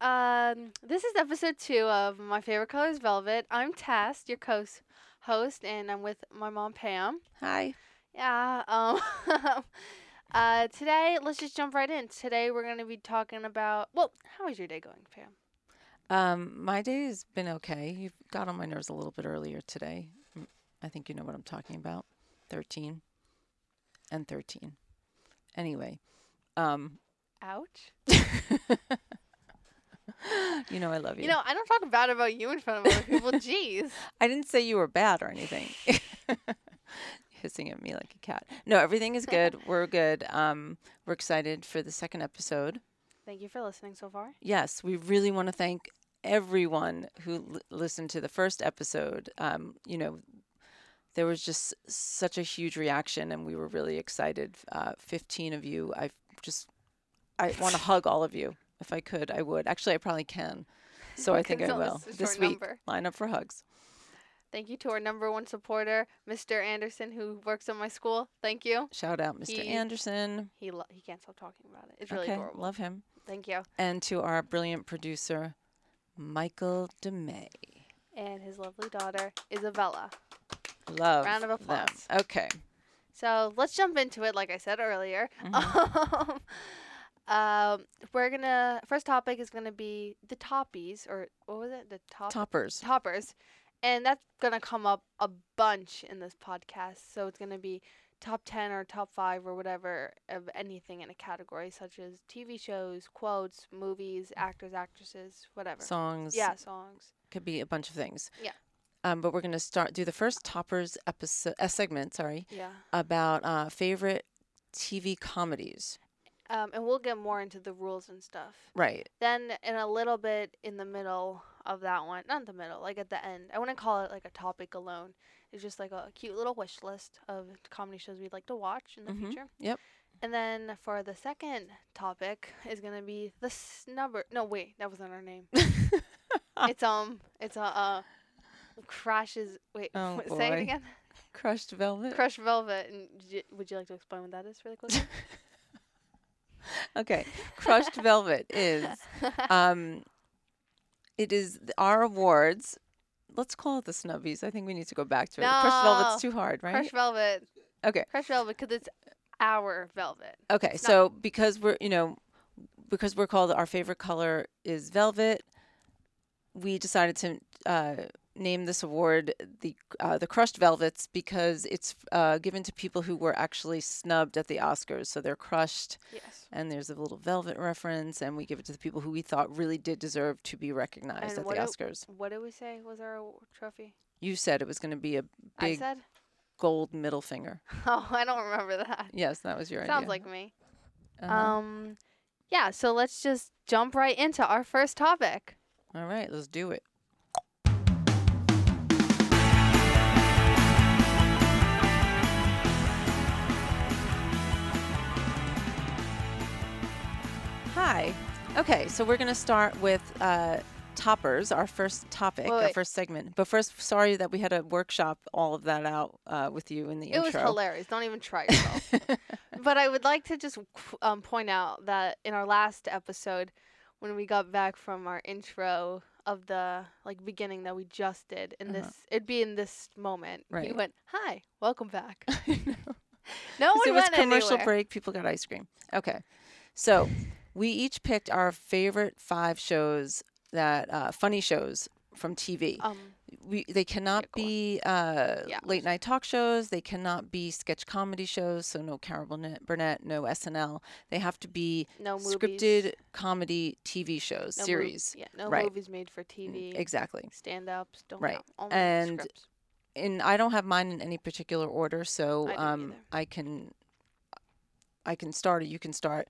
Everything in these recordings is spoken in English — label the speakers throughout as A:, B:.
A: Um, this is episode two of My Favorite Color is Velvet. I'm Tess, your co-host, host, and I'm with my mom, Pam.
B: Hi.
A: Yeah. Um. uh, today, let's just jump right in. Today, we're gonna be talking about. Well, how is your day going, Pam?
B: Um, my day has been okay. You got on my nerves a little bit earlier today. Mm, I think you know what I'm talking about. 13 and 13. Anyway, um,
A: Ouch.
B: you know I love you.
A: You know, I don't talk bad about you in front of other people. Jeez.
B: I didn't say you were bad or anything. Hissing at me like a cat. No, everything is good. We're good. Um, we're excited for the second episode.
A: Thank you for listening so far.
B: Yes, we really want to thank everyone who l- listened to the first episode. Um, you know, there was just such a huge reaction, and we were really excited. Uh, Fifteen of you, I just, I want to hug all of you if I could. I would actually. I probably can. So I think I
A: Consult
B: will
A: us with
B: this
A: your
B: week.
A: number.
B: Line up for hugs.
A: Thank you to our number one supporter, Mr. Anderson, who works at my school. Thank you.
B: Shout out, Mr.
A: He-
B: Anderson.
A: He lo- he can't stop talking about it. It's really
B: okay,
A: adorable.
B: love him.
A: Thank you.
B: And to our brilliant producer, Michael DeMay.
A: And his lovely daughter, Isabella.
B: Love
A: Round of
B: them.
A: applause.
B: Okay.
A: So let's jump into it, like I said earlier. Um, we're gonna first topic is gonna be the toppies, or what was it? The top
B: Toppers.
A: toppers, and that's gonna come up a bunch in this podcast. So it's gonna be top ten or top five or whatever of anything in a category, such as TV shows, quotes, movies, actors, actresses, whatever.
B: Songs.
A: Yeah, songs.
B: could be a bunch of things.
A: Yeah.
B: Um, but we're going to start do the first toppers episode uh, segment, sorry,
A: Yeah.
B: about uh, favorite TV comedies.
A: Um, and we'll get more into the rules and stuff.
B: Right.
A: Then in a little bit in the middle of that one, not the middle, like at the end. I wouldn't call it like a topic alone. It's just like a cute little wish list of comedy shows we'd like to watch in the
B: Mhm,
A: future.
B: yep.
A: And then for the second topic is gonna be the snubber. No, wait, that wasn't our name. it's um, it's a uh, crashes. Wait,
B: Oh,
A: what- say it
B: boy.
A: again.
B: Crushed Velvet.
A: Crush Velvet. And j- would you like to explain what that is really quickly?
B: okay. Crushed Velvet is um it is th- our awards. Let's call it the snubbies. I think we need to go back to it. Crushed
A: No.
B: Velvet's too hard, right?
A: Crush Velvet.
B: okay.
A: Crush Velvet because it's our velvet.
B: Okay,
A: It's not-
B: so because we're you know because we're called our favorite color is velvet, we decided to uh, name this award the uh, the crushed velvets because it's uh, given to people who were actually snubbed at the Oscars, so they're crushed,
A: Yes.
B: and there's a little velvet reference, and we give it to the people who we thought really did deserve to be recognized
A: And
B: at
A: what
B: the
A: it-
B: Oscars.
A: What did we say was our aw- trophy?
B: You said it was going to be a
A: I
B: big
A: said.
B: gold middle finger.
A: Oh, I don't remember that.
B: Yes, that was your idea.
A: Sounds like me.
B: Uh-huh.
A: Um, yeah. So let's just jump right into our first topic.
B: All right, let's do it. Hi. Okay, so we're going to start with uh, toppers, our first topic,
A: Wait,
B: our
A: wait.
B: first segment. But first, sorry that we had to workshop all of that out uh, with you in the
A: It
B: intro.
A: was hilarious. Don't even try yourself. but I would like to just qu- um, point out that in our last episode, when we got back from our intro of the like beginning that we just did in
B: Uh-huh.
A: this, it'd be in this moment. We
B: Right.
A: went, "Hi, welcome back." No
B: 'Cause
A: one
B: it was
A: went
B: commercial
A: anywhere.
B: break. People got ice cream. Okay, so we each picked our favorite five shows that uh, funny shows from TV.
A: um,
B: We they cannot
A: yeah, go on.
B: be uh,
A: Yeah.
B: late night talk shows. They cannot be sketch comedy shows. So no Carol Burnett- Burnett, no SNL. They have to be
A: no movies.
B: scripted comedy TV shows
A: no mov-
B: series.
A: yeah, no
B: Right. Mm,
A: movies made for TV.
B: Exactly.
A: Stand ups don't
B: Right.
A: count. Only
B: And
A: scripts.
B: and I don't have mine in any particular order, so
A: I don't
B: um,
A: either.
B: I can I can start or you can start.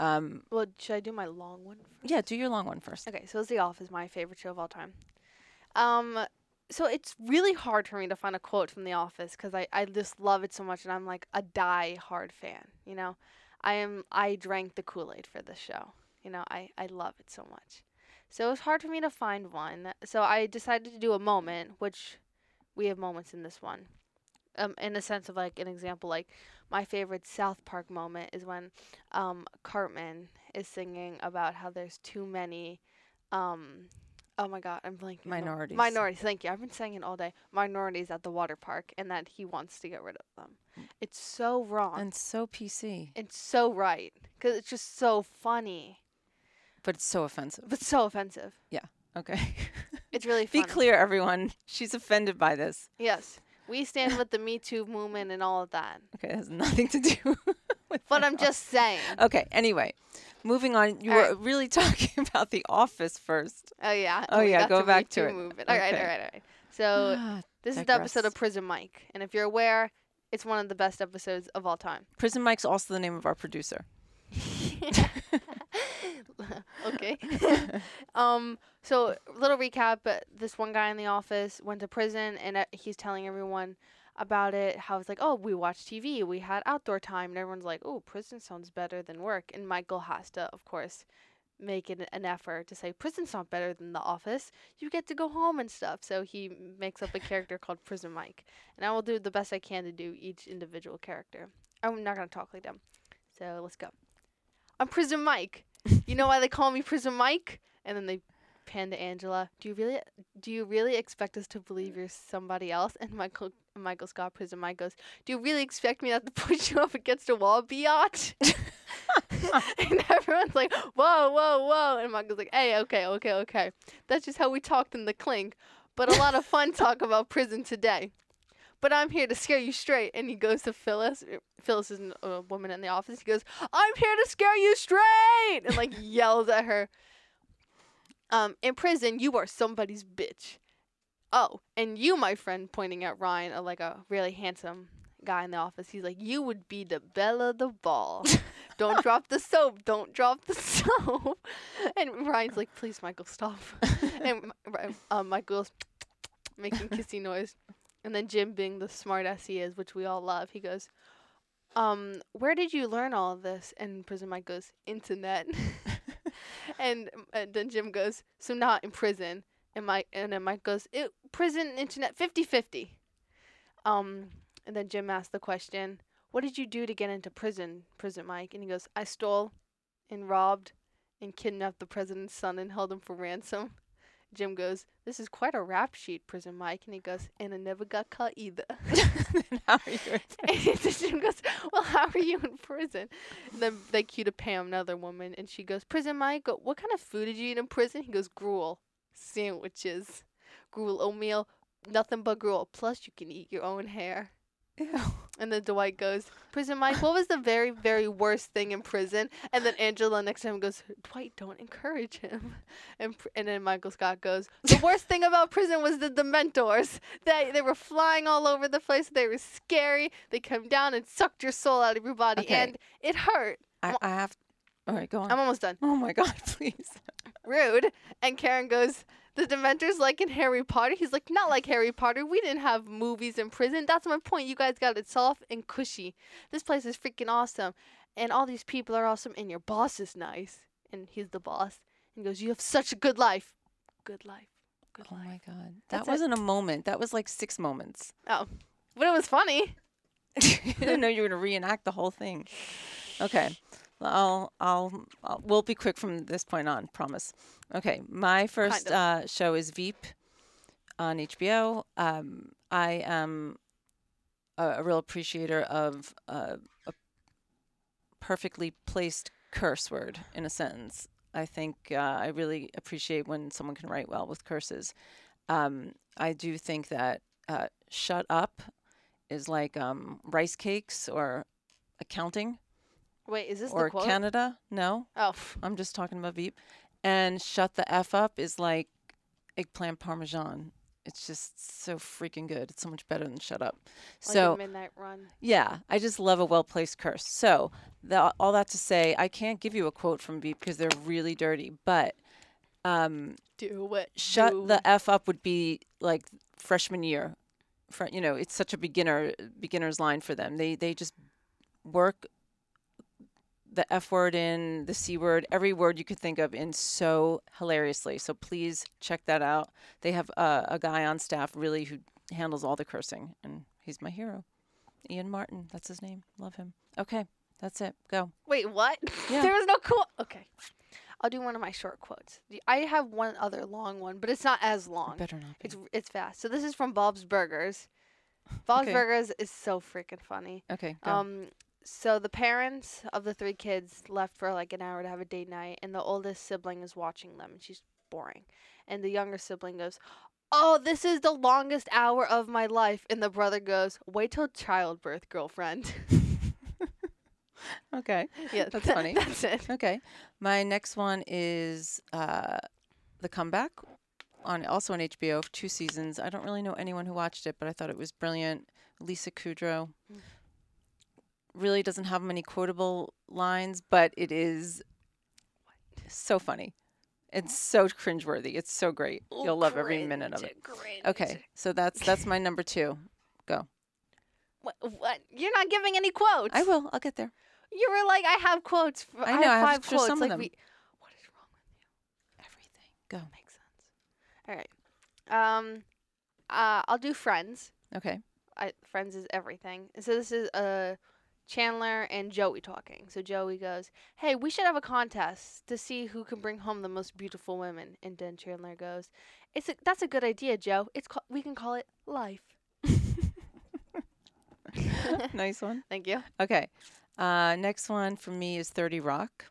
B: Um,
A: Well, should I do my long one? first?
B: yeah, do your long one first.
A: Okay, so it's The Office, my favorite show of all time. Um, so it's really hard for me to find a quote from The Office because I, I just love it so much, and I'm like a die hard fan. You know, I am I drank the Kool Aid for this show. You know, I I love it so much. So it was hard for me to find one. So I decided to do a moment, which we have moments in this one. Um, in a sense of like an example, like my favorite South Park moment is when um, Cartman is singing about how there's too many. Um, oh my God, I'm blanking. on-
B: Minorities.
A: Minorities. Thank you. I've been saying it all day. Minorities at the water park, and that he wants to get rid of them. It's so wrong.
B: Mm. And so PC,
A: it's so right because it's just so funny,
B: but it's so offensive.
A: but so offensive.
B: Okay.
A: It's really
B: Be
A: funny.
B: clear, everyone. She's offended by this.
A: Yes, we stand with the Me Too movement and all of that.
B: Okay, it has nothing to do with
A: But
B: my
A: I'm just saying.
B: op- Okay, anyway, moving on. You
A: All
B: were really talking about The Office first.
A: Oh yeah.
B: Oh,
A: we
B: yeah,
A: got
B: go
A: Me
B: back to
A: Too
B: it.
A: Movement. All right,
B: Okay.
A: all right, all right. So
B: Ah,
A: This is the episode
B: digress.
A: of Prison Mike, and if you're aware, it's one of the best episodes of all time.
B: Prison Mike's also the name of our producer.
A: okay. um. So, little recap. But this one guy in the office went to prison, and uh, he's telling everyone about it. How it's like, oh, we watched TV, we had outdoor time, and everyone's like, oh, prison sounds better than work. And Michael has to, of course, make an, an effort to say prison's not better than the office. You get to go home and stuff. So he makes up a character called Prison Mike, and I will do the best I can to do each individual character. I'm not gonna talk like them. So let's go. I'm Prison Mike. You know why they call me Prison Mike? And then they pan to Angela. Do you really do you really expect us to believe you're somebody else? And Michael Michael Scott Prison Mike goes, Do you really expect me not to push you up against a wall, biatch? and everyone's like, Whoa, whoa, whoa and Michael's like, Hey, okay, okay, okay. That's just how we talked in the clink. But a lot of fun talk about prison today. But I'm here to scare you straight. And he goes to Phyllis. er, Phyllis is an- a woman in the office. He goes, I'm here to scare you straight and like yells at her. Um, in prison, you are somebody's bitch. Oh, and you, my friend, pointing at Ryan, uh, like a really handsome guy in the office, he's like, You would be the belle of the ball. don't drop the soap. Don't drop the soap. And Ryan's like, Please, Michael, stop. and Mi- uh, Michael's making kissy noise. And then Jim, being the smart ass he is, which we all love, he goes, um, where did you learn all of this? And Prison Mike goes, internet. and, um, and then Jim goes, so not in prison. And Mike and then Mike goes, it, prison and internet 50-50. Um, and then Jim asks the question, what did you do to get into prison, Prison Mike? And he goes, I stole and robbed and kidnapped the president's son and held him for ransom. Jim goes, this is quite a rap sheet, Prison Mike. And he goes, and I never got caught either.
B: Then How are you?
A: And the Jim goes, Well, how are you in prison? And then they cue to Pam, another woman, and she goes, Prison Mike, go- what kind of food did you eat in prison? He goes, Gruel, sandwiches, gruel oatmeal, nothing but gruel. Plus, you can eat your own hair.
B: Ew.
A: And then Dwight goes, Prison Mike, what was the very, very worst thing in prison? And then Angela next time goes, Dwight, don't encourage him. And pr- and then Michael Scott goes, The worst thing about prison was the Dementors. They they were flying all over the place. They were scary. They come down and sucked your soul out of your body,
B: Okay.
A: and it hurt.
B: I, I have. All right, go on.
A: I'm almost done.
B: oh my God, please.
A: Rude. And Karen goes. The Dementors, like in Harry Potter, he's like, not like Harry Potter. We didn't have movies in prison. That's my point. You guys got it soft and cushy. This place is freaking awesome. And all these people are awesome. And your boss is nice. And he's the boss. And he goes, You have such a good life. Good life. Good
B: Oh
A: life.
B: my God. That
A: That's it.
B: wasn't a moment. That was like six moments.
A: But it was funny.
B: I didn't know you were going to reenact the whole thing. Okay. I'll, I'll, I'll, we'll be quick from this point on, promise. Okay. My first
A: of.
B: uh, show is Veep on HBO. Um, I am a, a real appreciator of uh, a perfectly placed curse word in a sentence. I think uh, I really appreciate when someone can write well with curses. Um, I do think that uh, shut up is like um, rice cakes or accounting
A: Wait, is this the
B: or
A: quote?
B: Canada. No,
A: oh, pff,
B: I'm just talking about Veep. And shut the F up is like eggplant parmesan. It's just so freaking good. It's so much better than shut up.
A: like
B: so
A: a midnight run.
B: yeah, I just love a well placed curse. So, the, all that to say, I can't give you a quote from Veep because they're really dirty, but um,
A: Do it.
B: shut
A: do
B: the F up would be like freshman year. Fre- you know, it's such a beginner beginner's line for them. They they just work the F word in, the C word, every word you could think of in so hilariously. So please check that out. They have uh, a guy on staff really who handles all the cursing, and he's my hero. Ian Martin, that's his name. Love him. Okay, That's it. Go.
A: Wait, what?
B: Yeah.
A: there was no quote. Okay. I'll do one of my short quotes. The- I have one other long one, but it's not as long.
B: Better not. Be.
A: It's it's fast. So this is from Bob's Burgers. Bob's
B: Okay.
A: Burgers is so freaking funny.
B: okay. Go.
A: Um, so the parents of the three kids left for like an hour to have a date night, and the oldest sibling is watching them, and she's boring. And the younger sibling goes, "Oh, this is the longest hour of my life." And the brother goes, "Wait till childbirth, girlfriend."
B: okay.
A: yeah,
B: That's funny.
A: That's it.
B: Okay. My next one is uh, The Comeback on also on HBO, two seasons. I don't really know anyone who watched it, but I thought it was brilliant. Lisa Kudrow really doesn't have many quotable lines, but it is so funny. It's so cringeworthy. It's so great.
A: Oh,
B: You'll love every minute of it. Okay. So that's that's my number 2.
A: What, what? You're not giving any quotes.
B: I will. I'll get there.
A: You were like, I have quotes. For,
B: I
A: I
B: know, I
A: Have
B: have
A: five
B: just
A: quotes.
B: some of
A: like
B: them.
A: We, what is wrong with you?
B: Everything. Go.
A: That makes sense. All right. Um, uh, I'll do Friends.
B: Okay.
A: I, friends is everything. So this is uh, Chandler and Joey talking. So Joey goes, "Hey, we should have a contest to see who can bring home the most beautiful women." And then Chandler goes, "It's a, that's a good idea, Joe. It's ca- we can call it life."
B: nice one.
A: Thank you.
B: Okay. Uh, next one for me is 30 Rock.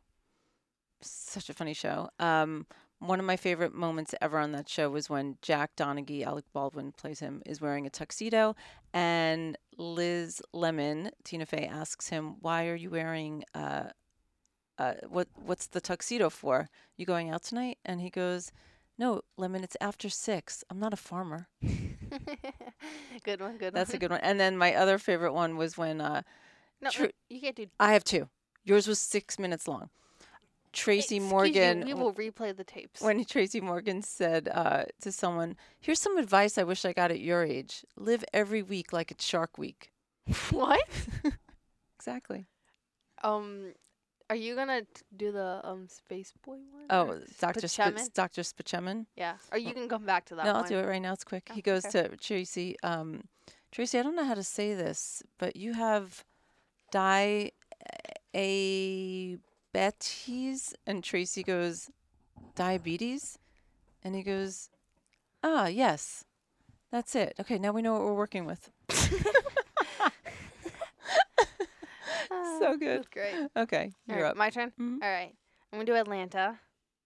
B: Such a funny show. Um, one of my favorite moments ever on that show was when Jack Donaghy, Alec Baldwin plays him, is wearing a tuxedo. And Liz Lemon, Tina Fey, asks him, Why are you wearing uh, uh, what, what's the tuxedo for? You going out tonight? And he goes, No, Lemon, it's after six. I'm not a farmer.
A: good one. Good
B: That's
A: one.
B: a good one. And then my other favorite one was when uh,
A: no,
B: tru-
A: no, you can't do
B: I have two. Yours was six minutes long. Tracy
A: Excuse you,
B: Morgan.
A: we will replay the tapes.
B: When Tracy Morgan said uh, to someone, "Here's some advice I wish I got at your age: live every week like it's Shark Week."
A: what?
B: Exactly.
A: Um, are you gonna t- do the um space boy one? or
B: Oh,
A: s-
B: Doctor
A: Spaceman?
B: Sp- Doctor Spachemin.
A: yeah. Or you can come back to that
B: No,
A: one.
B: I'll do it right now. It's quick.
A: Oh,
B: he goes to Tracy. Um, Tracy, I don't know how to say this, but you have diabetes, and Tracy goes diabetes, and he goes, ah, yes, that's it. Okay, now we know what we're working with. so good.
A: That's great.
B: Okay,
A: Ah. All
B: you're
A: right,
B: up.
A: my turn.
B: Mhm.
A: All right, I'm gonna do Atlanta.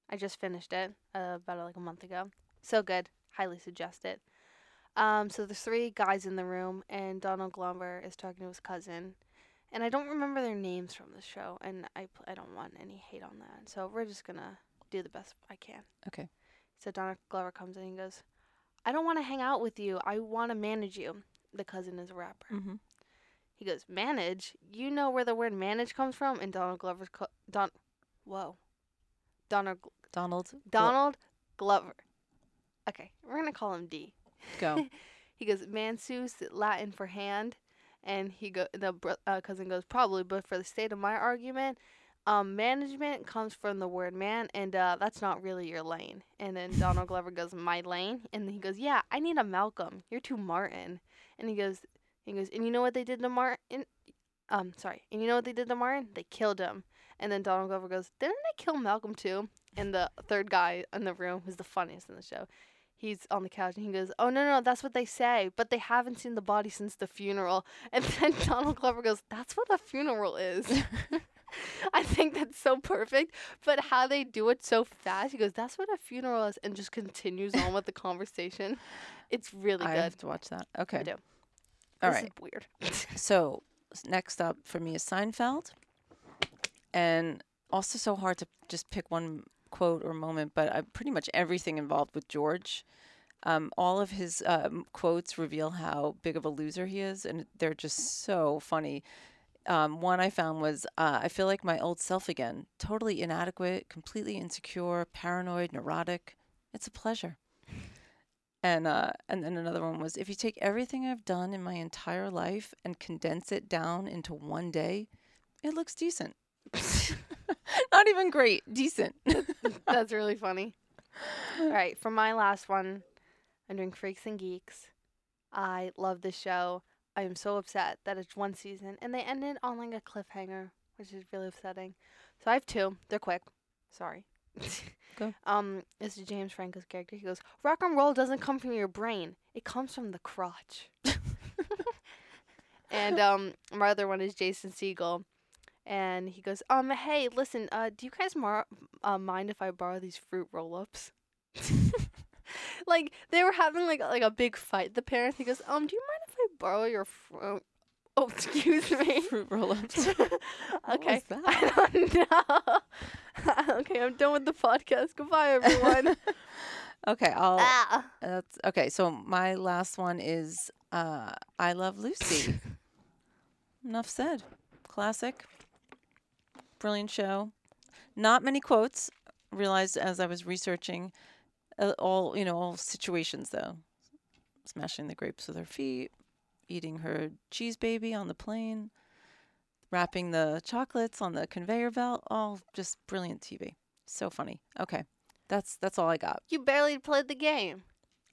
A: I just finished it uh, about like a month ago. So good. Highly suggest it. Um, so there's three guys in the room, and Donald Glover is talking to his cousin, and I don't remember their names from the show, and I pl- I don't want any hate on that. So we're just gonna do the best I can.
B: Okay.
A: So Donald Glover comes in and goes, "I don't want to hang out with you. I want to manage you." The cousin is a rapper.
B: hmm
A: He goes, manage? You know where the word manage comes from? And Donald Glover's, co- Don, whoa. Donald, Gl-
B: Donald. Glo-
A: Donald Glover. Okay, we're going to call him D.
B: Go.
A: He goes, mansus, Latin for hand. And he go the bro- uh, cousin goes, probably, but for the state of my argument, um, management comes from the word man, and uh, that's not really your lane. And then Donald Glover goes, my lane. And then he goes, yeah, I need a Malcolm. You're too Martin. And he goes, he goes, and you know what they did to Martin? Um, sorry. And you know what they did to Martin? They killed him. And then Donald Glover goes, didn't they kill Malcolm too? And the third guy in the room, who's the funniest in the show, he's on the couch and he goes, oh no no, that's what they say, but they haven't seen the body since the funeral. And then Donald Glover goes, that's what a funeral is. I think that's so perfect, but how they do it so fast. He goes, "That's what a funeral is," and just continues on with the conversation. It's really
B: I
A: good.
B: have to watch that. Okay.
A: do.
B: All
A: this
B: right.
A: is weird.
B: So s- next up for me is Seinfeld, and also so hard to just pick one quote or moment, but I, pretty much everything involved with George. Um, all of his um, quotes reveal how big of a loser he is, and they're just so funny. Um, one I found was uh, I feel like my old self again, totally inadequate, completely insecure, paranoid, neurotic. It's a pleasure. And uh, and then another one was if you take everything I've done in my entire life and condense it down into one day, it looks decent. Not even great, decent.
A: That's really funny. All right, for my last one, I'm doing Freaks and Geeks. I love this show. I am so upset that it's one season and they ended on like a cliffhanger, which is really upsetting. So I have two. They're quick. Sorry.
B: Go.
A: Um, this is James Franco's character. He goes, "Rock and roll doesn't come from your brain. It comes from the crotch." and um, my other one is Jason Siegel, and he goes, "Um, hey, listen. Uh, do you guys mar- uh, mind if I borrow these fruit roll-ups?" like they were having like like a big fight. The parents. He goes, "Um, do you mind if I borrow your fruit?" Oh, excuse me.
B: Fruit roll ups.
A: okay.
B: What was that?
A: I don't know. okay, I'm done with the podcast. Goodbye, everyone.
B: Okay, I'll.
A: ah.
B: That's okay. So my last one is uh, "I Love Lucy." Enough said. Classic. Brilliant show. Not many quotes. Realized as I was researching, uh, all you know, all situations though. Smashing the grapes with her feet, eating her cheese baby on the plane, wrapping the chocolates on the conveyor belt. All just brilliant TV. So funny. Okay, that's that's all I got.
A: You barely played the game.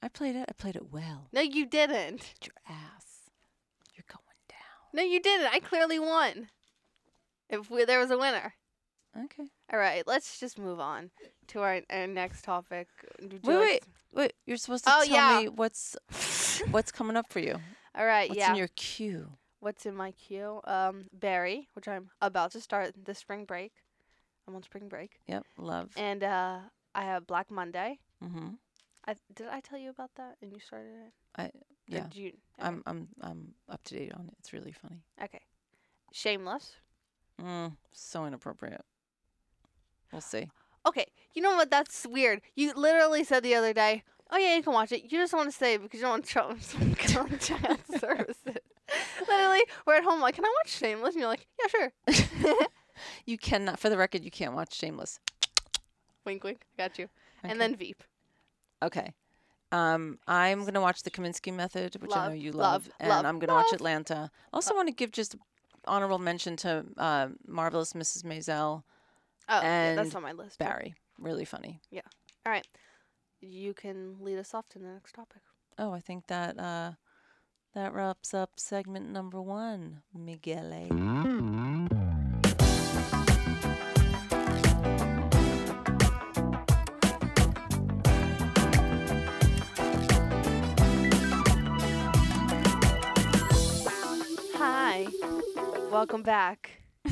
B: I played it. I played it well.
A: No, you didn't.
B: your ass. You're going down.
A: No, you didn't. I clearly won. If we, there was a winner.
B: Okay.
A: All right, let's just move on to our, our next topic. Would you
B: Wait,
A: like
B: wait, wait. You're supposed to
A: Oh,
B: tell
A: yeah.
B: me what's
A: to-
B: what's coming up for you.
A: All right,
B: What's
A: yeah.
B: in your queue?
A: What's in my queue? Um, Barry, which I'm about to start this spring break. I'm on spring break,
B: Yep, love.
A: and uh, I have Black Monday.
B: Mm-hmm.
A: I did I tell you about that and you started it?
B: I-
A: Or
B: yeah.
A: did you- okay.
B: I'm I'm I'm up to date on it. It's really funny.
A: okay. Shameless.
B: Mm, so inappropriate. We'll see.
A: Okay. You know what? That's weird. You literally said the other day, "Oh yeah, you can watch it." You just want to say it because you don't want Trump on child services. literally, we're at home like, "Can I watch Shameless?" And you're like, "Yeah, sure."
B: You cannot, for the record, you can't watch Shameless.
A: Wink, wink. I got you.
B: Okay.
A: And then Veep.
B: okay. Um, I'm gonna watch The Kaminsky Method, which I know
A: Love,
B: you love,
A: love,
B: and
A: love,
B: I'm gonna watch
A: love. Uh
B: Atlanta. Also, want to give just honorable mention to uh, marvelous Mrs. Maisel.
A: Oh, yeah,
B: And
A: that's on my list. too.
B: Barry. Really funny.
A: You can lead us off to the next topic.
B: Oh, I think that uh, that wraps up segment number one, Miguel.
A: Hi. Welcome back.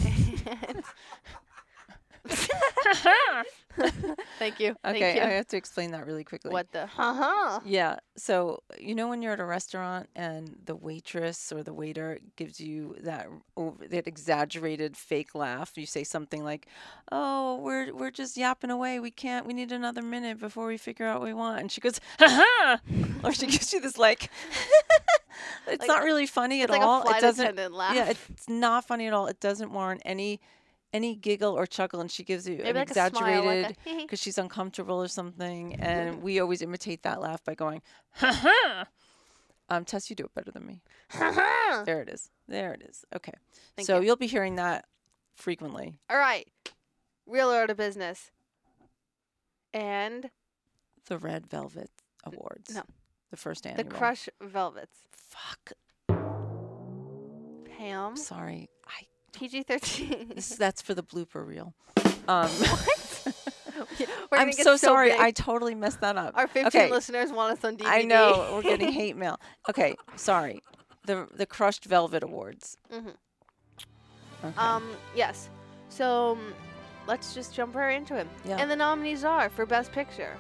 A: Thank you. Thank
B: Okay,
A: you.
B: I have to explain that really quickly.
A: What the? Uh-huh.
B: Yeah. So, you know, when you're at a restaurant and the waitress or the waiter gives you that over, that exaggerated fake laugh, you say something like, "Oh, we're we're just yapping away. We can't. We need another minute before we figure out what we want." And she goes, "Ha ha!" Or she gives you this like, it's
A: Like-
B: not really funny at
A: It's like
B: all.
A: a flight
B: it doesn't.
A: attendant laugh.
B: Yeah, it's not funny at all. It doesn't warrant any any giggle or chuckle, and she gives you
A: Maybe
B: an
A: like a smile,
B: exaggerated
A: like a Mm-hmm.
B: because she's uncomfortable or something. And we always imitate that laugh by going, ha ha. Um, Tess, you do it better than me. There it is. There it is. Okay.
A: Thank
B: so
A: you.
B: you'll be hearing that frequently.
A: All right. Real order business. And
B: The Red Velvet Awards.
A: no.
B: The first
A: the
B: annual.
A: Crush Velvets.
B: Fuck.
A: Pam.
B: I'm sorry. I,
A: PG 13.
B: this, that's for the blooper reel. Um,
A: I'm
B: I'm so sorry. I totally messed that up.
A: Our 15
B: okay.
A: listeners want us on DVD.
B: I know we're getting hate mail. Okay, sorry. The the Crushed Velvet Awards.
A: Mhm.
B: Okay.
A: Um, yes. So um, let's just jump right into it.
B: Yeah.
A: And the nominees are for Best Picture.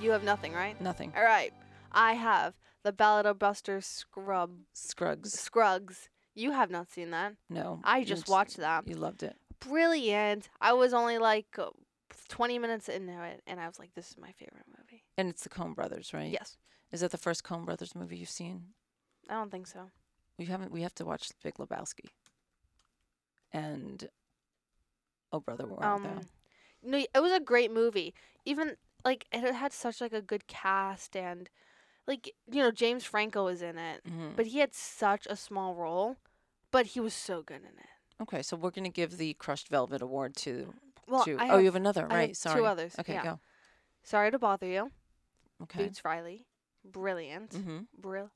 A: You have nothing, right?
B: Nothing.
A: All right. I have The Ballad of Buster Scrub
B: Scruggs.
A: Scruggs. You have not seen that.
B: No.
A: I
B: you
A: just watched that.
B: You loved it.
A: Brilliant. I was only like uh, 20 minutes into it, and I was like, this is my favorite movie.
B: And it's the Coen Brothers, right?
A: Yes.
B: Is that the first Coen Brothers movie you've seen?
A: I don't think so.
B: We haven't. We have to watch Big Lebowski. And Oh Brother, Where Art
A: um,
B: Thou?
A: No, it was a great movie. Even like it had such like a good cast and like you know James Franco was in it,
B: Mhm.
A: but he had such a small role, but he was so good in it.
B: Okay, so we're gonna give the Crushed Velvet Award to.
A: Well,
B: to
A: I
B: oh,
A: have,
B: you have another,
A: I have
B: right? Sorry.
A: two others.
B: Okay,
A: yeah.
B: go.
A: Sorry to bother you.
B: Okay.
A: Boots Riley, brilliant,
B: Mm-hmm.
A: brilliant,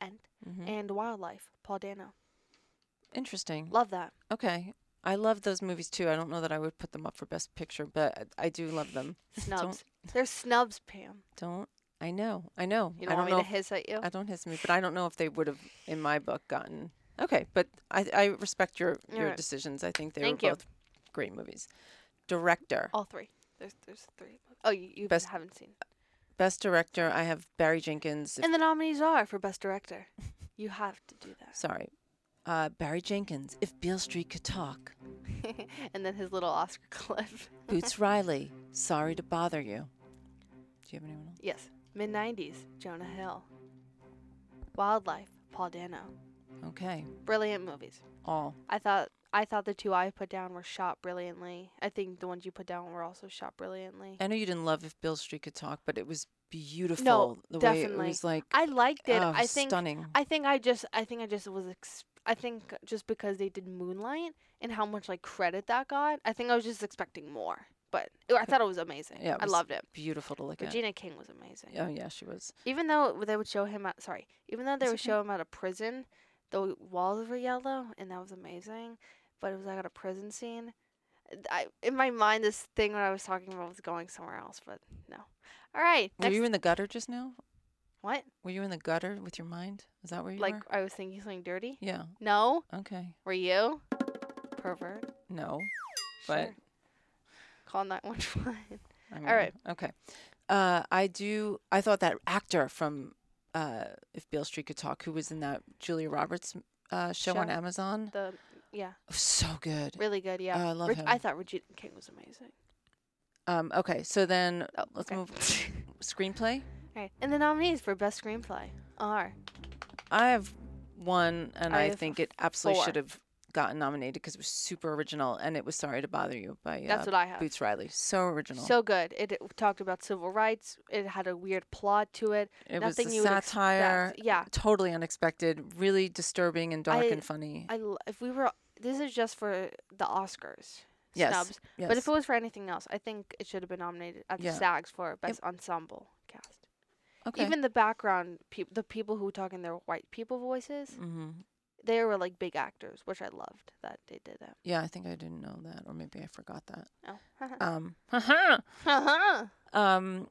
B: Mm-hmm.
A: and Wildlife, Paul Dano.
B: Interesting.
A: Love that.
B: Okay. I love those movies too. I don't know that I would put them up for best picture, but I I do love them.
A: Snubs. They're snubs, Pam.
B: Don't I know. I know.
A: You don't,
B: I don't
A: want
B: know
A: me
B: if-
A: to hiss at you?
B: I don't hiss me, but I don't know if they would have in my book gotten. Okay, but I I respect your your
A: Alright.
B: decisions. I think they
A: Thank
B: were
A: you.
B: both great movies. Director.
A: All three. There's there's three. Oh, you, you
B: Best-
A: haven't seen.
B: Best director, I have Barry Jenkins. if-
A: And the nominees are for best director. You have to do
B: sorry. Uh, Barry Jenkins, If Beale Street Could Talk,
A: that. and then his little Oscar clip.
B: Boots Riley, Sorry to Bother You. Do you have anyone else?
A: Yes. Mid 90s, Jonah Hill. Wildlife, Paul Dano.
B: Okay.
A: Brilliant movies.
B: All.
A: I thought I thought the two I put down were shot brilliantly. I think the ones you put down were also shot brilliantly.
B: I know you didn't love If Beale Street Could Talk, but it was beautiful. the way
A: definitely.
B: it was like
A: I liked it.
B: oh,
A: I think
B: stunning.
A: I think I just I think I just was ex- I think just because they did Moonlight and how much like credit that got, I think I was just expecting more. But it- I thought it was amazing.
B: Yeah, it
A: I
B: was
A: loved it.
B: beautiful to look
A: Regina King was amazing.
B: at. Oh yeah, she was.
A: Even though they would show him out, sorry, even though they
B: It's
A: would
B: okay.
A: show him out of prison, the walls were yellow, and that was amazing. But it was like at a prison scene. I, in my mind, this thing that I was talking about was going somewhere else, but no. All right,
B: Were
A: next,
B: you in the gutter just now?
A: what?
B: Were you in the gutter with your mind? Is that where you
A: Like
B: were?
A: I was thinking something dirty.
B: Yeah.
A: No,
B: Okay.
A: were you? Pervert.
B: No. But
A: Sure. Call nine one one.
B: I mean,
A: right.
B: Okay. Uh, I do. I thought that actor from uh, If Beale Street Could Talk, who was in that Julia Roberts uh, show, on
A: Show.
B: Amazon, oh,
A: The yeah,
B: so good.
A: really good. Yeah,
B: Oh, I love
A: I
B: him.
A: thought Regina King was amazing.
B: Um, okay. So then
A: Oh,
B: let's
A: okay.
B: move screenplay.
A: All right, and the nominees for best screenplay are
B: I have one, and
A: I
B: I,
A: have
B: think it absolutely
A: four.
B: should have gotten nominated because it was super original, and it was "Sorry to Bother You" by
A: that's
B: uh,
A: what I have.
B: Boots Riley. So original.
A: So good. It, it talked about civil rights. It had a weird plot to it.
B: it was a
A: nothing you would expect.
B: satire.
A: Yeah.
B: Totally unexpected, really disturbing and dark
A: I-
B: and funny.
A: I l- if we were this is just for the Oscars
B: yes.
A: snubs,
B: yes.
A: but if it was for anything else, I think it should have been nominated at the
B: Yeah.
A: SAGs for best ensemble cast.
B: okay.
A: Even the background people, the people who talk in their white people voices,
B: hmm
A: they were like big actors, which I loved that they did it.
B: Yeah, I think I didn't know that, or maybe I forgot that.
A: Oh. Uh-huh.
B: Um, haha. um,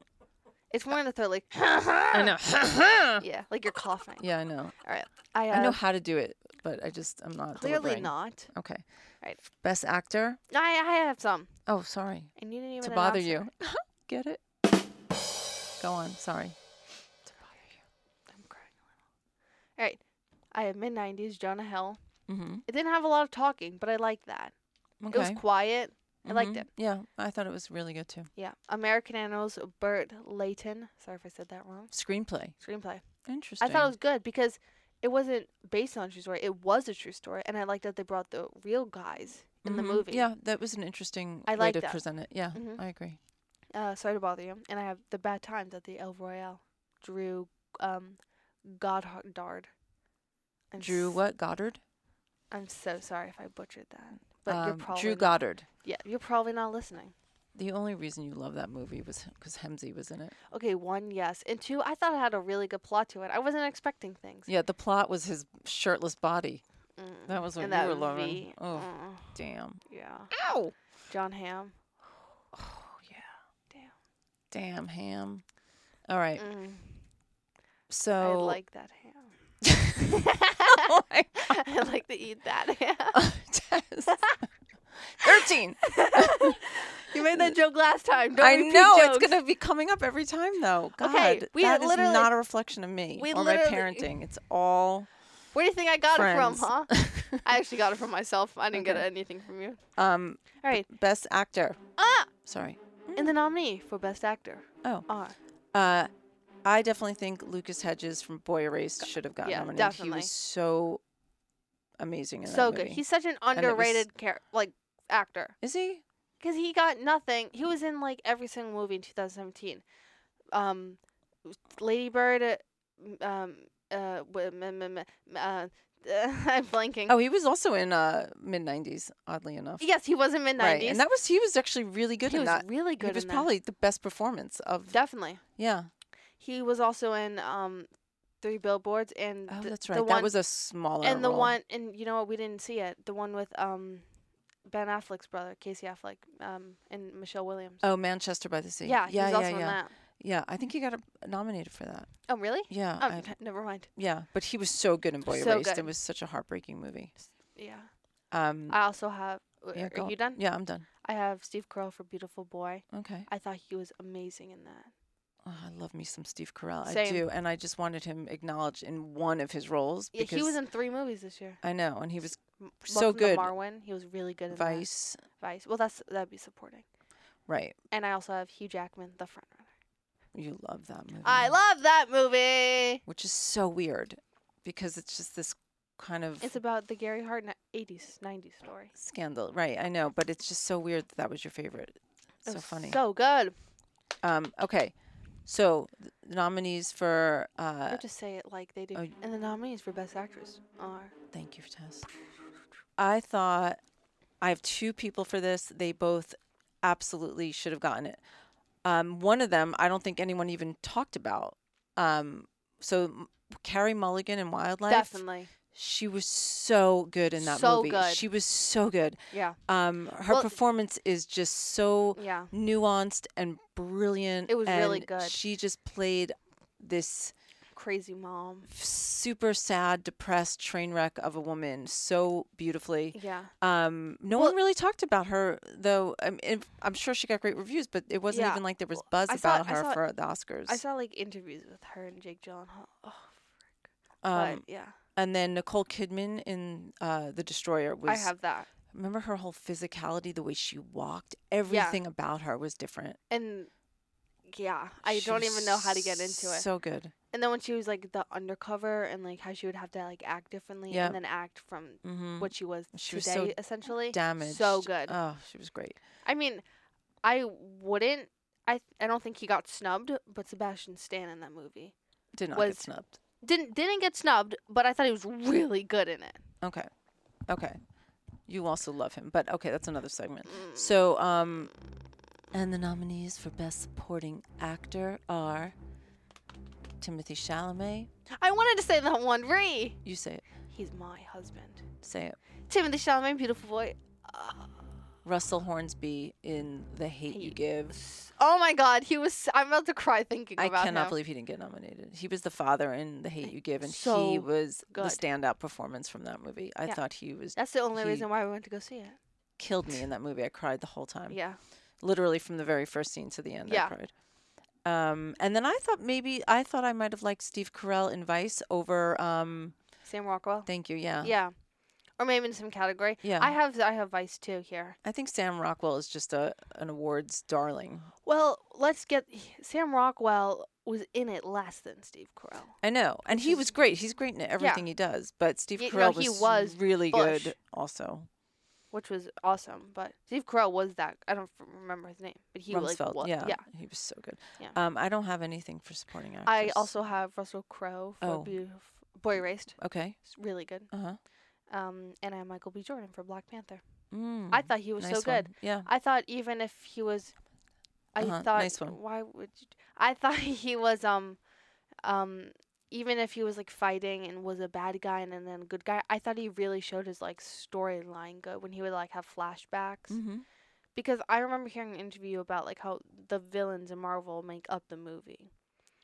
A: it's more in the throat, like
B: I know. haha.
A: yeah, like you're coughing.
B: yeah, I know.
A: I, uh,
B: I know how to do it, but I just I'm not
A: clearly
B: delivering.
A: not.
B: Okay.
A: Right.
B: Best actor.
A: I I have some,
B: Oh, sorry
A: and you didn't even
B: to bother
A: announce it.
B: you. Get it? Go on. Sorry. To bother
A: I'm crying a little. All right. I have mid 90s, Jonah Hill.
B: you. Mm-hmm.
A: It didn't have a lot of talking, but I liked that.
B: Okay.
A: It was quiet. I liked
B: Mhm.
A: it.
B: Yeah, I thought it was really good too.
A: Yeah. American Animals, Bert Layton. Sorry if I said that wrong.
B: Screenplay.
A: Screenplay.
B: Interesting.
A: I thought it was good because it wasn't based on a true story. It was a true story, and I liked that they brought the real guys in
B: Mhm.
A: the movie.
B: Yeah, that was an interesting
A: I
B: way
A: like
B: to
A: that.
B: present it. Yeah,
A: Mhm.
B: I agree.
A: Uh, sorry to bother you. And I have The Bad Times at the El Royale. Drew um, Goddard. I'm
B: Drew
A: s-
B: what? Goddard?
A: I'm so sorry if I butchered that. But you're
B: Um,
A: probably
B: Drew
A: not-
B: Goddard.
A: Yeah, you're probably not listening.
B: The only reason you love that movie was because Hemsey was in it.
A: Okay, one, yes. And two, I thought it had a really good plot to it. I wasn't expecting things.
B: Yeah, the plot was his shirtless body.
A: Mm.
B: That was what
A: And
B: you
A: that
B: were loving.
A: V,
B: Oh,
A: mm,
B: damn.
A: yeah.
B: Ow!
A: John Hamm.
B: Oh, yeah.
A: Damn.
B: Damn ham. All right.
A: Mm. I
B: So.
A: like that ham.
B: oh my
A: I like to eat that ham.
B: God. Tess. Thirteen.
A: You made that joke last time. Don't
B: I
A: repeat
B: know
A: jokes.
B: it's gonna be coming up every time though. God,
A: Okay, we
B: that is
A: literally-
B: not a reflection of me
A: we
B: or my
A: literally-
B: parenting. It's all.
A: Where do you think I got it
B: Friends.
A: from, huh? I actually got it from myself. I didn't
B: Okay.
A: get anything from you.
B: um,
A: All right.
B: best actor.
A: Ah!
B: Sorry.
A: And the nominee for Best Actor Ah,
B: Oh.
A: are.
B: Uh, I definitely think Lucas Hedges from Boy Erased should have gotten
A: yeah,
B: nominated. He
A: definitely.
B: was so amazing in that
A: so good.
B: movie.
A: He's such an
B: it was-
A: underrated char- like actor.
B: Is he?
A: because he got nothing. He was in like every single movie in 2017. Um, Lady Bird. uh, m- Um, uh, w- m- m- m- m- uh, I'm blanking.
B: Oh, he was also in uh, mid '90s, oddly enough.
A: yes, he was in mid 90s.
B: Right, and that was he was actually really good
A: he
B: in
A: was
B: that.
A: really good.
B: he was
A: in
B: probably the best performance of.
A: that. definitely.
B: Yeah,
A: He was also in um, three billboards and
B: Oh,
A: th-
B: that's
A: the
B: right.
A: one
B: That was a smaller
A: and the
B: role.
A: one and you know what we didn't see it the one with um Ben Affleck's brother Casey Affleck um and Michelle Williams.
B: Oh, Manchester by the Sea.
A: yeah, he
B: yeah,
A: was
B: yeah,
A: also
B: yeah.
A: in that.
B: Yeah, I think he got a, nominated for that.
A: Oh really?
B: Yeah,
A: Oh,
B: I-
A: n- never mind.
B: yeah. But he was so good in Boy
A: So
B: Erased.
A: good.
B: It was such a heartbreaking movie.
A: Yeah.
B: Um,
A: I also have. w-
B: yeah, go
A: are
B: on.
A: you done?
B: Yeah, I'm done.
A: I have Steve Carell for Beautiful Boy.
B: Okay.
A: I thought he was amazing in that.
B: Oh, I love me some Steve Carell. I
A: Same.
B: do, and I just wanted him acknowledged in one of his roles
A: Yeah,
B: because
A: he was in three movies this year.
B: I know, and he was
A: M- Welcome
B: so
A: to
B: good.
A: Marwin. He was really good in that.
B: Vice,
A: Vice. Well, that's that'd be supporting.
B: right?
A: And I also have Hugh Jackman, The Front Runner.
B: You love that movie.
A: I love that movie.
B: which is so weird because it's just this kind of
A: It's about the Gary Hart ni- 80s, 90s story.
B: scandal, right? I know, but it's just so weird that that was your favorite.
A: It
B: So
A: was
B: funny.
A: So good.
B: um, okay, so th- the nominees for
A: You
B: uh,
A: have to say it like they do.
B: oh.
A: And the nominees for Best Actress are
B: Thank you, Tess. I thought I have two people for this. They both absolutely should have gotten it. Um, one of them, I don't think anyone even talked about. Um, so M- Carrie Mulligan in Wildlife,
A: definitely
B: she was so good in that
A: So
B: movie.
A: good.
B: She was so good.
A: yeah
B: Um, her
A: Well-
B: performance is just so
A: yeah
B: nuanced and brilliant.
A: It was really
B: and
A: good.
B: She just played this
A: crazy mom
B: super sad, depressed train wreck of a woman so beautifully.
A: yeah
B: Um, no
A: Well-
B: one really talked about her though. I mean, if- I'm sure she got great reviews, but it wasn't
A: Yeah.
B: even like there was
A: Well,
B: buzz
A: I saw-
B: about
A: I
B: her
A: saw-
B: for the Oscars.
A: I saw like interviews with her and Jake Gyllenhaal oh but
B: um,
A: yeah
B: and then Nicole Kidman in uh, The Destroyer was.
A: I have that
B: Remember her whole physicality, the way she walked. Everything about her was different.
A: and yeah I
B: She
A: don't
B: was
A: even know how to get into it
B: So good.
A: and then when she was like the undercover and like how she would have to like act differently
B: Yeah.
A: and then act from
B: hmm
A: what she was
B: She was
A: today
B: so
A: essentially
B: Damaged.
A: so good
B: Oh, she was great.
A: I mean, I wouldn't. I th- I don't think he got snubbed, but Sebastian Stan in that movie
B: Did not
A: Was-
B: get snubbed.
A: didn't didn't get snubbed, but I thought he was really good in it.
B: Okay. Okay. You also love him, but okay, that's another segment.
A: Mm.
B: So, um, and the nominees for Best Supporting Actor are Timothy Chalamet.
A: I wanted to say that one. Ree,
B: You say it.
A: he's my husband.
B: Say it.
A: Timothy Chalamet, beautiful boy. Ah,
B: Russell Hornsby in The Hate You
A: Hate.
B: Give.
A: oh my God, he was. I'm about to cry thinking
B: I
A: about
B: cannot
A: him.
B: believe he didn't get nominated. He was the father in The Hate You Give, and he
A: So
B: was the
A: good.
B: standout performance from that movie. I
A: Yeah.
B: thought he was
A: That's the only
B: he-
A: reason why we went to go see it.
B: killed me in that movie. I cried the whole time.
A: Yeah,
B: literally from the very first scene to the end. I
A: Yeah.
B: cried. Um, and then I thought maybe I thought I might have liked Steve Carell in Vice over. Um,
A: Sam Rockwell.
B: thank you. Yeah.
A: yeah, or maybe in some category.
B: Yeah.
A: I have I have Vice too here.
B: I think Sam Rockwell is just a an awards darling.
A: Well, let's get Sam Rockwell was in it less than Steve Carell.
B: I know, and
A: Which
B: he
A: is-
B: was great. He's great in everything he does. But Steve
A: Y- no,
B: Carell
A: he
B: was,
A: was
B: really
A: Bush.
B: good also.
A: which was awesome. But Steve Carell was that. I don't f- remember his name, but he like
B: Rumsfeld,
A: was.
B: yeah,
A: Yeah.
B: he was so good.
A: Yeah.
B: Um, I don't have anything for supporting actors.
A: I also have Russell Crowe for
B: Oh.
A: Beautif- Boy Erased.
B: okay.
A: It's really good.
B: Uh huh.
A: Um, and I have Michael B. Jordan for Black Panther.
B: Mm,
A: I thought he was
B: nice
A: so good.
B: one. Yeah.
A: I thought even if he was, I
B: Uh-huh,
A: thought
B: nice one.
A: why would you? I thought he was um, um. Even if he was like fighting and was a bad guy and, then a good guy, I thought he really showed his like storyline good when he would like have flashbacks.
B: Mm-hmm.
A: because I remember hearing an interview about like how the villains in Marvel make up the movie.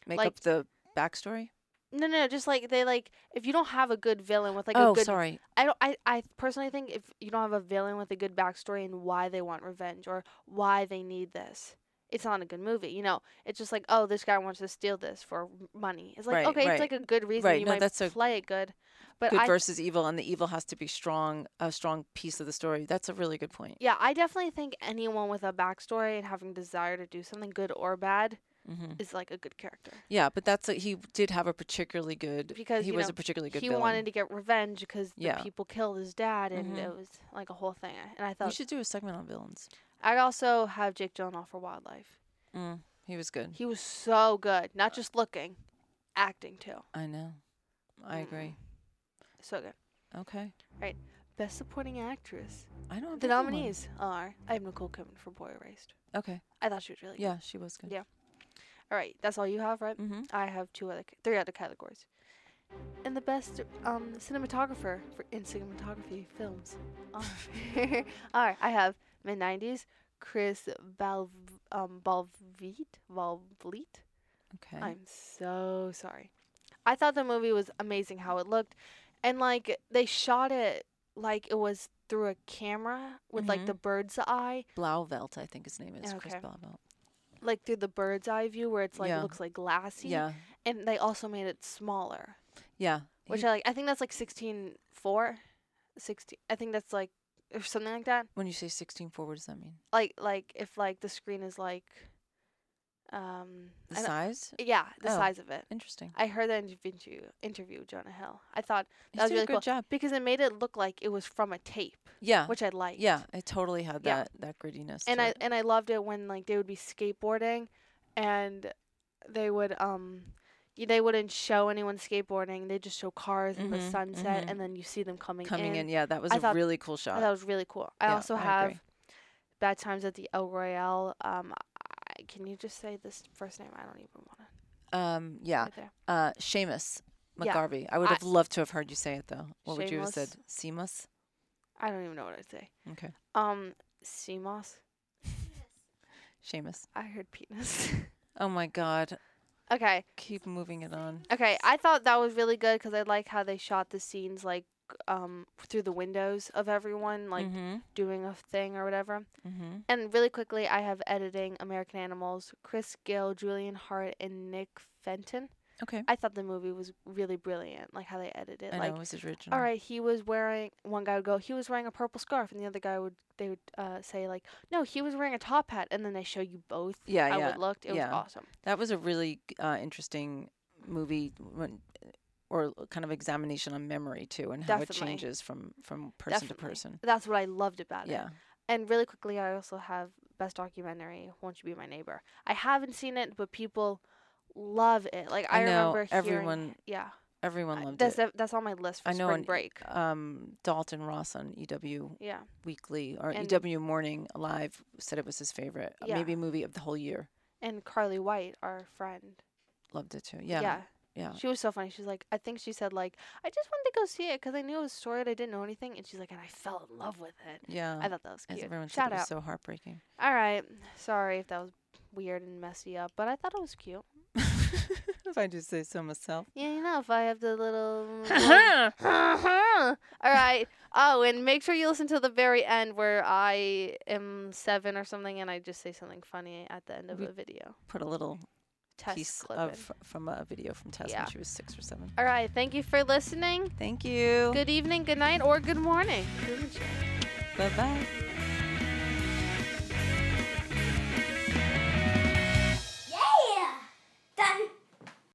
B: Make
A: Like-
B: up the backstory.
A: No, no, just like they like if you don't have a good villain with like
B: oh,
A: a good
B: sorry.
A: I don't I I personally think if you don't have a villain with a good backstory and why they want revenge or why they need this. It's not a good movie, you know. It's just like, oh, this guy wants to steal this for m- money. It's like,
B: Right,
A: okay,
B: right.
A: it's like a good reason.
B: Right,
A: You
B: no,
A: might
B: that's a
A: play it good, but
B: good
A: I,
B: versus evil and the evil has to be strong a strong piece of the story that's a really good point
A: yeah, I definitely think anyone with a backstory and having desire to do something good or bad
B: hmm
A: is like a good character.
B: yeah but that's a, he did have a particularly good
A: Because,
B: he
A: you
B: was
A: know,
B: a particularly good
A: he
B: villain.
A: wanted to get revenge because the
B: Yeah.
A: people killed his dad, and
B: Mhm.
A: it was like a whole thing. And I
B: we
A: thought
B: should do a segment on villains
A: I also have Jake Gyllenhaal for Wildlife.
B: mm, Uh. he was good
A: He was so good, not just looking, acting too.
B: i know i
A: Mm.
B: agree
A: So good.
B: okay
A: Best Supporting Actress.
B: i don't have
A: The
B: another one.
A: nominees are I have Nicole Kidman for Boy Erased.
B: okay
A: I thought she was really good.
B: yeah she was good
A: Yeah. All right, that's all you have, right?
B: mm-hmm.
A: I have two other, c- three other categories. and the best um, cinematographer for in cinematography films. Ah. All right, All right I have mid '90s Chris Balv um, Balvite Balvite.
B: Okay.
A: I'm so sorry. I thought the movie was amazing how it looked, and like they shot it like it was through a camera with like
B: Mhm.
A: the bird's eye,
B: Blauvelt, I think his name is Chris
A: Okay.
B: Blauvelt.
A: like through the bird's eye view where it's like
B: Yeah.
A: looks like glassy.
B: Yeah,
A: And they also made it smaller.
B: yeah.
A: which
B: He-
A: I like. I think that's like 16.4, 16. I think that's like or something like that.
B: when you say sixteen four, what does that mean?
A: Like like if like the screen is like, um,
B: The
A: I don't-
B: size?
A: yeah, the
B: Oh.
A: size of it.
B: Interesting.
A: I heard that interview interview with Jonah Hill. I thought
B: He
A: that was
B: did
A: really
B: a good
A: cool
B: job.
A: because it made it look like it was from a tape,
B: Yeah,
A: which I liked.
B: Uh, yeah. It totally had
A: Yeah.
B: that that grittiness.
A: and
B: to
A: I
B: it.
A: and I loved it when like they would be skateboarding, and they would um, y- they wouldn't show anyone skateboarding. They just show cars and the
B: Mhm,
A: sunset,
B: mhm.
A: and then you see them coming
B: coming
A: in.
B: in, yeah, that was
A: I
B: a
A: thought-
B: really cool shot.
A: Oh, that was really cool. I
B: Yeah,
A: also
B: I
A: have
B: agree.
A: Bad Times at the El Royale. Um, I, can you just say this first name? I don't even want to.
B: um, yeah,
A: Right there.
B: uh, Seamus
A: Yeah.
B: McGarvey. I would
A: I-
B: have loved to have heard you say it though. What would you have
A: Seamus.
B: said? Seamus.
A: I don't even know what I'd say.
B: Okay.
A: Um, CMOS.
B: Seamus.
A: I heard penis.
B: Oh my God.
A: okay,
B: Keep moving it on.
A: okay. I thought that was really good because I like how they shot the scenes like um through the windows of everyone like
B: mm-hmm.
A: doing a thing or whatever.
B: Mm-hmm.
A: And really quickly, I have editing American Animals. Chris Gill, Julian Hart, and Nick Fenton.
B: Okay.
A: I thought the movie was really brilliant, like how they edited.
B: I
A: like
B: know it was original.
A: all right he was wearing one guy would go he was wearing a purple scarf and the other guy would they would uh, say like no he was wearing a top hat and then they show you both
B: Yeah,
A: how
B: yeah.
A: it looked it
B: yeah.
A: was awesome
B: That was a really uh, interesting movie when, or kind of examination on memory too and how
A: Definitely.
B: it changes from from person to
A: Definitely.
B: person.
A: that's what i loved about it
B: Yeah.
A: and really quickly i also have best documentary won't you be my neighbor i haven't seen it but people love it like i,
B: I know,
A: remember hearing,
B: everyone
A: yeah
B: Everyone
A: I-
B: loved
A: that's
B: it.
A: def- that's on my list for
B: I know,
A: spring
B: and-
A: break
B: Um, Dalton Ross on E EW
A: yeah
B: Weekly or
A: And-
B: EW Morning Live said it was his favorite, uh,
A: Yeah.
B: maybe movie of the whole year.
A: and carly white our friend
B: Loved it too. Yeah.
A: yeah
B: yeah.
A: She was so funny. She's like, I think she said like, I just wanted to go see it because I knew it was storied. I didn't know anything, and she's like, and I fell in love with it.
B: Yeah.
A: I thought that was
B: As
A: cute.
B: everyone
A: Shout
B: said, it
A: out.
B: was so heartbreaking.
A: All right, sorry if that was weird and messy up, but I thought it was cute.
B: if I do say so myself.
A: Yeah, you know, if I have the little. Uh-huh. All right. Oh, and make sure you listen to the very end where I am seven or something, and I just say something funny at the end of
B: We-
A: a video.
B: Put a little
A: Test
B: piece
A: clip.
B: of
A: in.
B: from a video from Tess
A: Yeah.
B: when she was six or seven.
A: All right. Thank you for listening.
B: Thank you.
A: Good evening, good night, or good morning. Doesn't
B: Bye bye.
A: change.